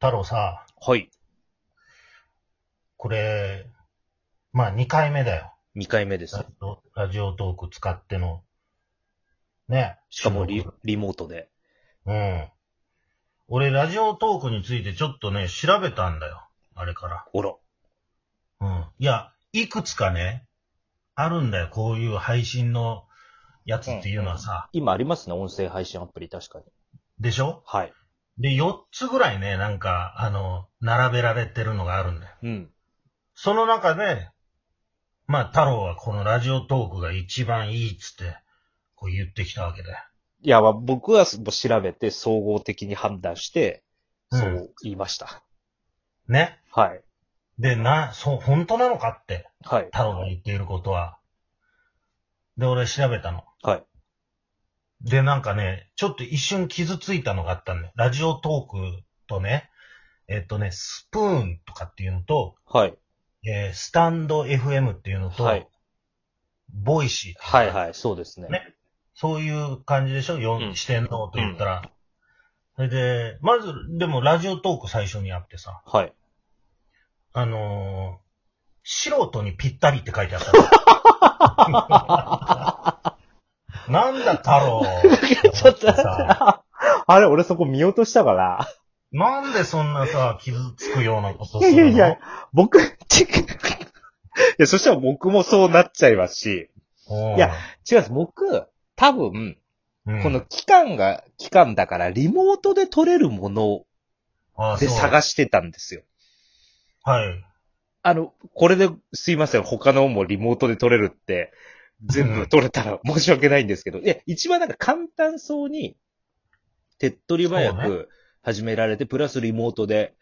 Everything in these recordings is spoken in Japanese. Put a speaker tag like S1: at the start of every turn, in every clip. S1: 太郎さ、
S2: はい。
S1: これ、まあ2回目だよ。
S2: 2回目です
S1: ラ。ジオラジオトーク使っての。ね。
S2: しかも
S1: 収
S2: リ
S1: 録
S2: リモートで。
S1: うん。俺、ラジオトークについてちょっとね、調べたんだよ。あれか
S2: おら。
S1: ら。うん。いや、いくつかね、あるんだよ。こういう配信のやつっていうのはさ。
S2: 今ありますね、音声配信アプリ、確かに。
S1: でしょ
S2: はい。
S1: で、4つぐらいね、なんか、あの、並べられてるのがあるんだよ。
S2: うん。
S1: その中で、まあ、太郎はこのラジオトークが一番いいっつって、こう言ってきたわけだよ。
S2: いや、まあ僕はもう調べて、総合的に判断して、
S1: うん
S2: そう言いました。
S1: ね。
S2: はい。
S1: で、な、そう、本当なのかって、
S2: はい。
S1: 太郎が言っていることは。で、俺調べたの。
S2: はい。
S1: で、なんかね、ちょっと一瞬傷ついたのがあったんだよ。ラジオトークとね、えっとね、スプーンとかっていうのと、
S2: はい。
S1: えースタンド FM っていうのと、
S2: はい
S1: ボイシーっていうの
S2: はいはい、そうですね。
S1: ねそういう感じでしょ四
S2: うん
S1: 四天王と言ったら。それで、まず、でもラジオトーク最初にあってさ、
S2: はい。
S1: あのー素人にぴったりって書いてあったの。なんだ太郎。
S2: ちょっと
S1: さ、
S2: あれ、俺そこ見落としたから、
S1: なんでそんなさ、傷つくようなことするの
S2: いやいやいや僕、ち いや、そしたら僕もそうなっちゃいますし、
S1: おう
S2: いや、違うんです。僕、多分、
S1: うん
S2: この、期間が、期間だから、リモートで撮れるもので探
S1: し、
S2: してたんですよ。
S1: はい。
S2: あの、これですいません、他のもリモートで撮れるって、全
S1: う
S2: 部
S1: ん
S2: 撮れたら申し訳ないんですけど、いや、一番なんか簡単そうに、手っ取り早
S1: そう
S2: く始められて、プラスリモートで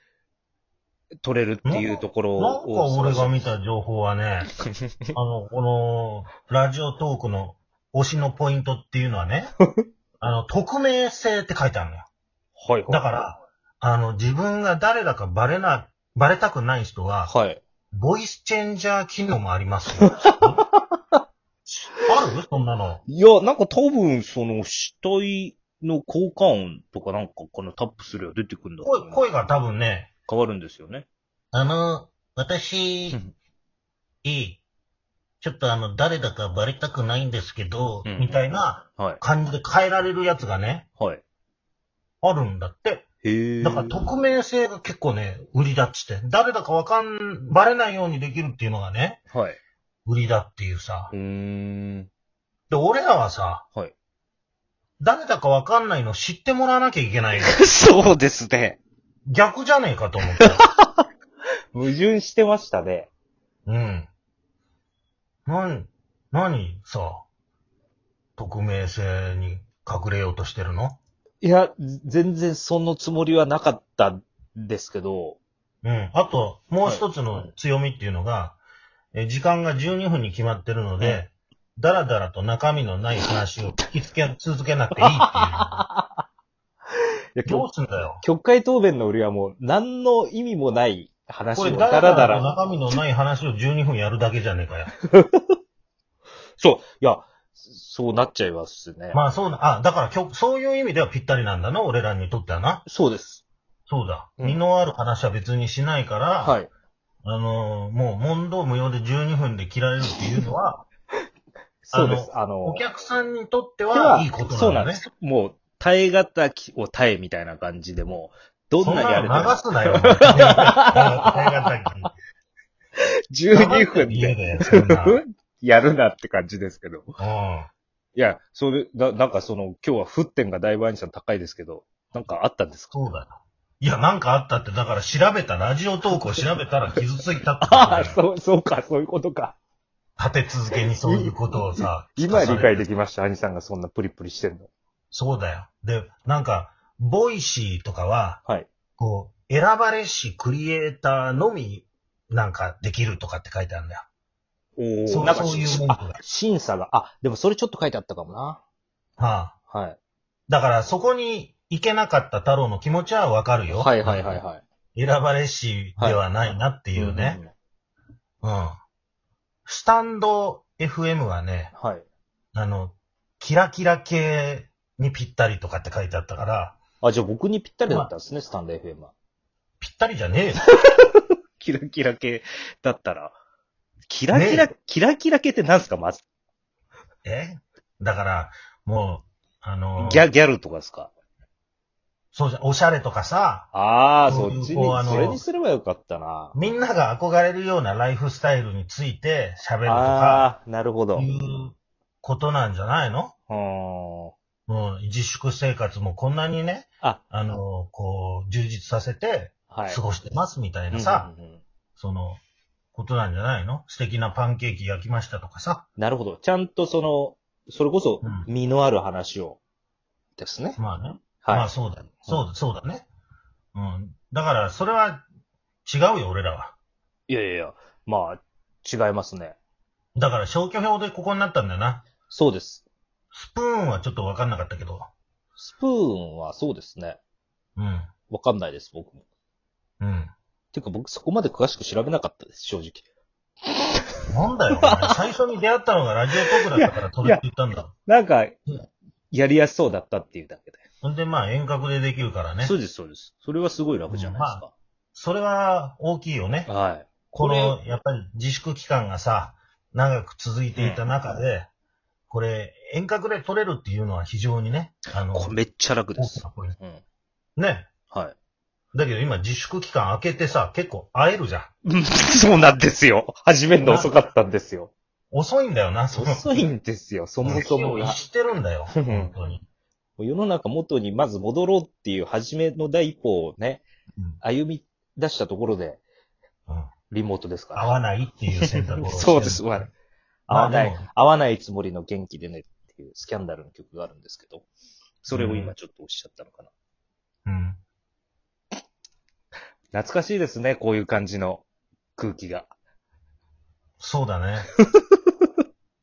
S2: 撮れるっていうところを。
S1: なんか俺が見た情報は ね、あの、この、ラジオトークの推しのポイントっていうのは ね、あの、匿名性って書いてあるのよ。
S2: はいはい。
S1: だから、あの、自分が誰だかバレな、バレたくない人は、
S2: はい。
S1: ボイスチェンジャー機能もあります よ。あるそんなの。
S2: いや、なんか多分、その、死体の効果音とかなんか、このタップすれば出てくるんだと思
S1: 声、
S2: う
S1: 声が多分ね、
S2: 変わるんですよね。
S1: あの、私、いい。ちょっとあの、誰だかバレたくないんですけど、
S2: うん
S1: みたいな
S2: はい。
S1: 感じで変えられるやつがね、
S2: はい。
S1: あるんだって。
S2: へえ。
S1: だから匿名性が結構ね、売りだっつって。誰だかわかん、バレないようにできるっていうのがね、
S2: はい。
S1: 売りだっていうさ
S2: う。ーん。
S1: で、俺らはさ、
S2: はい
S1: 誰だかわかんないの知ってもらわなきゃいけない。
S2: そうですね。
S1: 逆じゃねえかと思 って。
S2: 矛盾してましたね。
S1: うん。なん、何さ、匿名性に隠れようとしてるの
S2: いや、ぜ全然そのつもりはなかったんですけど、
S1: うん。あと、もう一つの強みっていうのが、え時間が12分に決まってるの
S2: は
S1: で、だらだらと中身のない話を聞きつけ、 続けなくていいって
S2: いや
S1: いう。どう
S2: 曲
S1: すんだよ。
S2: 曲解答弁の売りはもう何の意味もない話
S1: こ
S2: を
S1: れ、
S2: ダ
S1: だ
S2: ラ
S1: ら
S2: ダ
S1: だらと
S2: ラ。
S1: 中身のない話を12分やるだけじゃねえかよ。
S2: そう。いや、そうなっちゃいますね。
S1: まあそうな、あ、だから今日、そういう意味ではぴったりなんだな、俺らにとってはな。
S2: そうです。
S1: そうだ。
S2: うん
S1: 身のある話は別にしないから、
S2: はい。
S1: あのーもう問答無用で12分で切られるっていうのは、
S2: そうです。あの、
S1: お客さんにとって
S2: では
S1: はいいこと
S2: そう
S1: な
S2: なんん
S1: だ
S2: で
S1: ね。
S2: す。もう、耐え方を耐えみたいな感じでもう、ど
S1: そ
S2: ん
S1: ん
S2: な
S1: な
S2: や
S1: の
S2: れ
S1: 流
S2: て
S1: すなよ。12
S2: も、12分
S1: 家
S2: で
S1: だよ、そんな。うん。
S2: やるなって感じですけど。いや、それ、ななんかその、今日は沸点がだいぶアニさん高いですけど、なんかあったんですか
S1: そうだよ。いや、なんかあったって、だから調べた、ラジオトークを調べたら傷ついたってこと
S2: あ
S1: だ
S2: あ、
S1: よ。
S2: そう、そうか、そういうことか。
S1: 立て続けにそういうことをさ。
S2: 今
S1: 聞かさ
S2: 理
S1: れ
S2: 解できました、アニさんがそんなプリプリしてるの。
S1: そうだよ。で、なんか、ボイシーとかは、
S2: はい。
S1: こう、選ばれしクリエイターのみ、なんかできるとかって書いてあるんだよ。
S2: お
S1: そう
S2: なんか
S1: そういう
S2: し
S1: 文句
S2: あ審査が、あ、でもそれちょっと書いてあったかもな。
S1: はあ。
S2: はい。
S1: だから、そこに行けなかった太郎の気持ちはわかるよ。
S2: はいはいはいはい。
S1: 選ばれしではないなっていうね。
S2: ん。
S1: うん。スタンド FM はね、
S2: はい。
S1: あの、キラキラ系にぴったりとかって書いてあったから、
S2: あ、じゃあ僕にぴったりだったんですね、スタンド FM は。
S1: ぴったりじゃ ねえよ。
S2: キラキラ系だったら。キラキラ、キラキラ系って何すかまず。
S1: えだから、もう、あのー
S2: ギャ、ギャルとかですか
S1: そうじゃん、おしゃれとかさ、
S2: ああ、
S1: そう
S2: そ
S1: いう
S2: っち
S1: こうあ
S2: に、
S1: の
S2: それにすればよかったな。
S1: みんなが憧れるようなライフスタイルについて喋るとか、
S2: ああ、なるほど。う
S1: い
S2: ー
S1: うことなんじゃないの
S2: ん。
S1: もう自粛生活もこんなにね、
S2: あ、
S1: あのー、こう、充実させて
S2: はい。
S1: 過ごしてますみたい
S2: うん
S1: なさ、
S2: うんうん
S1: その、ことなんじゃないの素敵なパンケーキ焼きましたとかさ。
S2: なるほど。ちゃんとその、それこそ
S1: うん、
S2: 身のある話を。ですね。
S1: まあね。ま
S2: は
S1: あ
S2: い。
S1: そうだ。そうだ、そうだね。うん。だから、それは違うよ、俺らは。
S2: いやいやいや、まあ、違いますね。
S1: だから消去表でここになったんだよな。
S2: そうです。
S1: スプーンはちょっとわかんなかったけど。
S2: スプーンはそうですね。
S1: うん。
S2: わかんないです、僕も。
S1: うん。
S2: てか僕そこまで詳しく調べなかったです、正直。
S1: なんだよ、お 前最初に出会ったのがラジオトークだったから取れって言ったんだ。
S2: なんか
S1: うん、
S2: やりやすそうだったっていうだけで。
S1: ほんで、まあ遠隔でできるからね。
S2: そうです、そうです。それはすごい楽じゃないで
S1: それは大きいよね
S2: すか。。はい。
S1: こ
S2: これ
S1: の、やっぱり自粛期間がさ、長く続いていた中で、これ、遠隔で取れるっていうのは非常にね、あの、
S2: これめっちゃ楽で
S1: 大き
S2: す。
S1: なポイント
S2: うん。
S1: ね。
S2: はい。
S1: だけど今自粛期間明けてさ、結構会えるじゃん。
S2: うん そうなんですよ。始めるの遅かったんですよ。
S1: 遅いんだよな、その。
S2: 遅いんですよ、そもそも
S1: 意
S2: が。
S1: してるんだよ、
S2: うん
S1: 本当に。
S2: 世の中元にまず戻ろうっていう初めの第一歩をね、
S1: うん
S2: 歩み出したところで、
S1: うん
S2: リモートですか
S1: 合
S2: ら。
S1: わないっていう選択をしてる
S2: そうです、わ合
S1: まあ
S2: わな
S1: で
S2: い
S1: も、
S2: 合わないつもりの元気でねっていうスキャンダルの曲があるんですけど、それを今ちょっとおっしゃったのかな。
S1: うん。
S2: 懐かしいですね、こういう感じの空気 が。
S1: そうだ ね。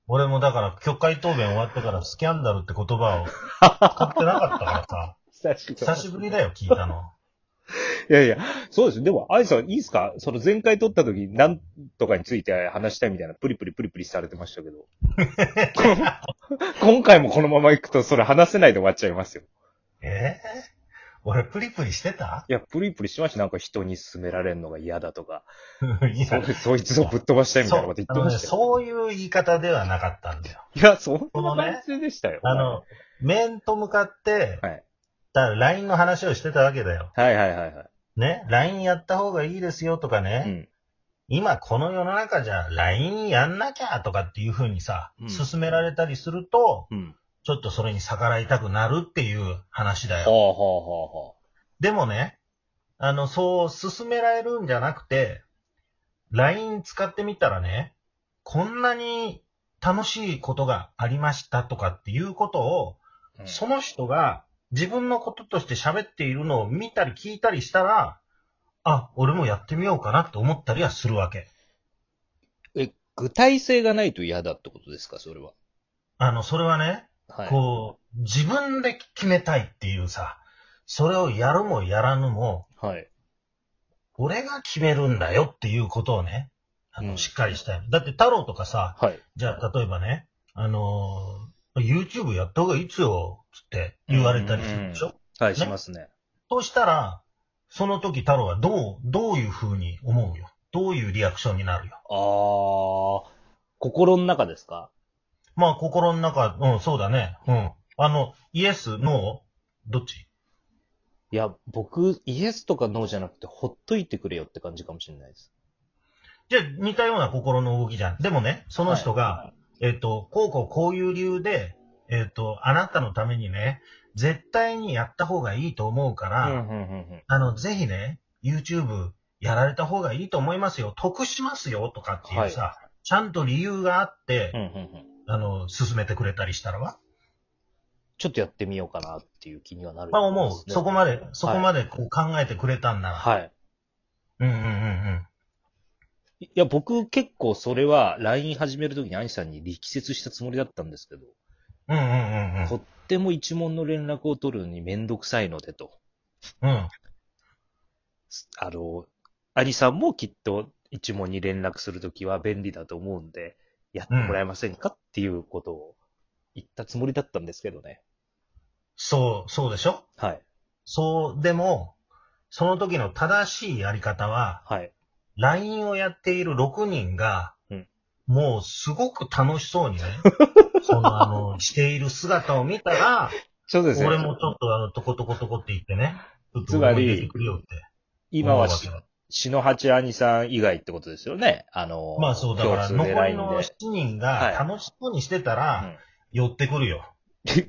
S1: 俺もだから、曲会答弁終わってから、スキャンダルって言葉を使ってなかったからさ、
S2: 久しぶ
S1: 久しぶりだよ、聞いたの。
S2: いやいや、そうです。でも、アイさん、いいですかその前回撮った時、なんとかについて話したいみたいな、プリプリプリプリされてましたけど。 今回もこのまま行くと、それ話せないで終わっちゃいますよ。
S1: ええ俺、プリプリしてた
S2: いや、プリプリしました。なんか人に勧められるのが嫌だとか、
S1: いや、
S2: そそいつをぶっ飛ばしたいみたいなこと言って
S1: あの
S2: ま
S1: ね、
S2: したよ。
S1: そういう言い方ではなかったんだよ。
S2: いや、そん
S1: この
S2: な
S1: ね
S2: 感じでしたよ。
S1: あの、面と向かって、
S2: はい
S1: だから LINE の話をしてたわけだよ。
S2: はいはいはいは
S1: ね、LINE やった方がいいですよとかね、
S2: い。うん。
S1: 今この世の中じゃ LINE やんなきゃとかっていう風にさ、
S2: うん
S1: 勧められたりすると、
S2: うん。
S1: ちょっとそれに逆らいたくなるっていう話だ
S2: はあ
S1: よ。
S2: はあはあはあ。
S1: でもね、あの、そう勧められるんじゃなくて、LINE 使ってみたらね、こんなに楽しいことがありましたとかっていうことを、
S2: うん
S1: その人が自分のこととして喋っているのを見たり聞いたりしたら、あ、俺もやってみようかなって思ったりはするわけ。
S2: え、具体性がないと嫌だってことですかそれは。
S1: あの、それはね、
S2: はい。
S1: こう、自分で決めたいっていうさ、それをやるもやらぬも、
S2: はい。
S1: 俺が決めるんだよっていうことをね、あ
S2: う
S1: の、
S2: ん
S1: しっかりしたい。だって太郎とかさ、
S2: はい。
S1: じゃあ例えばね、あのー YouTube やった方がいいっすよ、つって言われたりするでしょ、
S2: うんはい、しますね。
S1: そうしたら、その時太郎はどう、どういう風に思うよ。どういうリアクションになるよ。
S2: あー、心の中ですか
S1: まあ、心の中、うん、そうだね。うん。あの、イエス、ノー、どっち
S2: いや、僕、イエスとかノーじゃなくて、ほっといてくれよって感じかもしれないです。
S1: じゃあ似たような心の動きじゃん。でもね、その人が、
S2: は
S1: えっ、と、こうこうこういう理由で、えっ、と、あなたのためにね、絶対にやった方がいいと思うから、
S2: うん、うん、うん
S1: あの、ぜひね、YouTube やられた方がいいと思いますよ、得しますよ、とかっていうさ、
S2: は
S1: ちゃんと理由があって、
S2: うん、うんうんうん。
S1: あの、進めてくれたりしたらは、
S2: ちょっとやってみようかなっていう気にはなる。
S1: まあ思う。そこまで、そこま
S2: で。
S1: でこう考えてくれたんなら。
S2: はい。
S1: うんうんうんうん。
S2: いや、僕、結構それは、LINE 始めるときにアニさんに力説したつもりだったんですけど、
S1: うんうんうんうん
S2: とっても一問の連絡を取るのにめんどくさいのでと。
S1: うん。
S2: あの、アニさんもきっと一問に連絡するときは便利だと思うんで、やってもらえませんかっていうことを言ったつもりだったんですけどね。
S1: そう、そうでしょ
S2: はい。
S1: そう、でも、その時の正しいやり方は、
S2: はい。
S1: LINE をやっている6人が、
S2: うん
S1: もうすごく楽しそうに ね、そのあの、している姿を見たら、
S2: そうですね。
S1: 俺もちょっとあの、トコトコトコって言ってね、ちょっと
S2: つまり
S1: 俺も出てくるよって。
S2: 今はし
S1: 思うわ
S2: 篠八兄さん以外ってことですよね。あの
S1: け、まあそう、だから
S2: 共通で
S1: 残
S2: LINE
S1: りの7人が
S2: はい
S1: 楽しそうにしてたら、寄ってくるよ。
S2: で。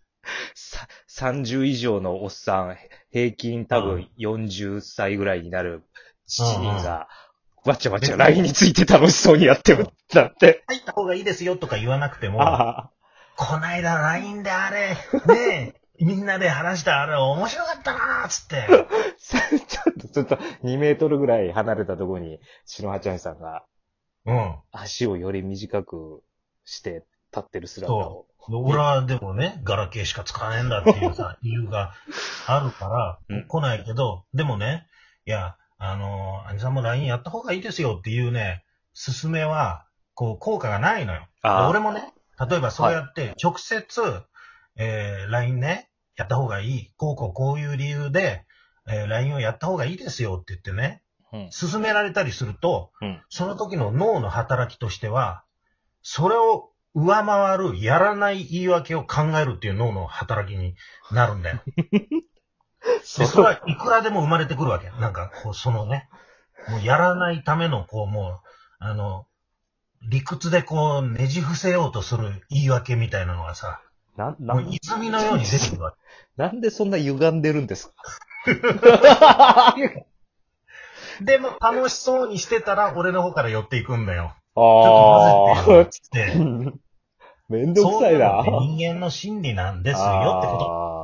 S2: さ30以上のおっさん、平均多
S1: う
S2: 分
S1: ん
S2: 40歳ぐらいになる7人が、わちゃわち
S1: で
S2: ゃ LINE について楽しそうにやってるんだって。
S1: 入った方がいいですよとか言わなくても、
S2: ああ、
S1: こないだ LINE であれ、ねえ、みんなで話したあれ面白かったなーっつって。
S2: さ ちょっと、ちょっと2メートルぐらい離れたところに、篠八兄さんが
S1: うん。
S2: 足をより短くして立ってる姿を。
S1: 俺はでもね、ガラケーしか使わねえんだっていう さ、理由があるから、
S2: うん
S1: 来ないけど、でもね、いや、あのー、兄さんも LINE やった方がいいですよっていうね、勧めは、こう、効果がないのよ。で
S2: ああ
S1: 俺もね、例えばそうやって、直接、えー LINE ね、やった方がいい。こうこうこういう理由で、えー LINE をやった方がいいですよって言ってね、
S2: うん
S1: 勧められたりすると、
S2: うん
S1: その時の脳の働きとしては、それを上回る、やらない言い訳を考えるっていう脳の働きになるん だよ。で、それはいくらでも生まれてくるわけ。なんか、こう、そのね、もうやらないための、こう、もう、あの、理屈でこう、ねじ伏せようとする言い訳みたいなのがさ、
S2: なん、な、
S1: もうん泉のように出てくるわけ。
S2: なんでそんな歪んでるん ですか
S1: でも、楽しそうにしてたら、俺の方から寄っていくんだよ。ちょ
S2: あ
S1: っと混ぜてよ、つって。
S2: あ。めんどくさ
S1: そうい
S2: いな。
S1: うのって人間の心理なんですよってこと。
S2: あ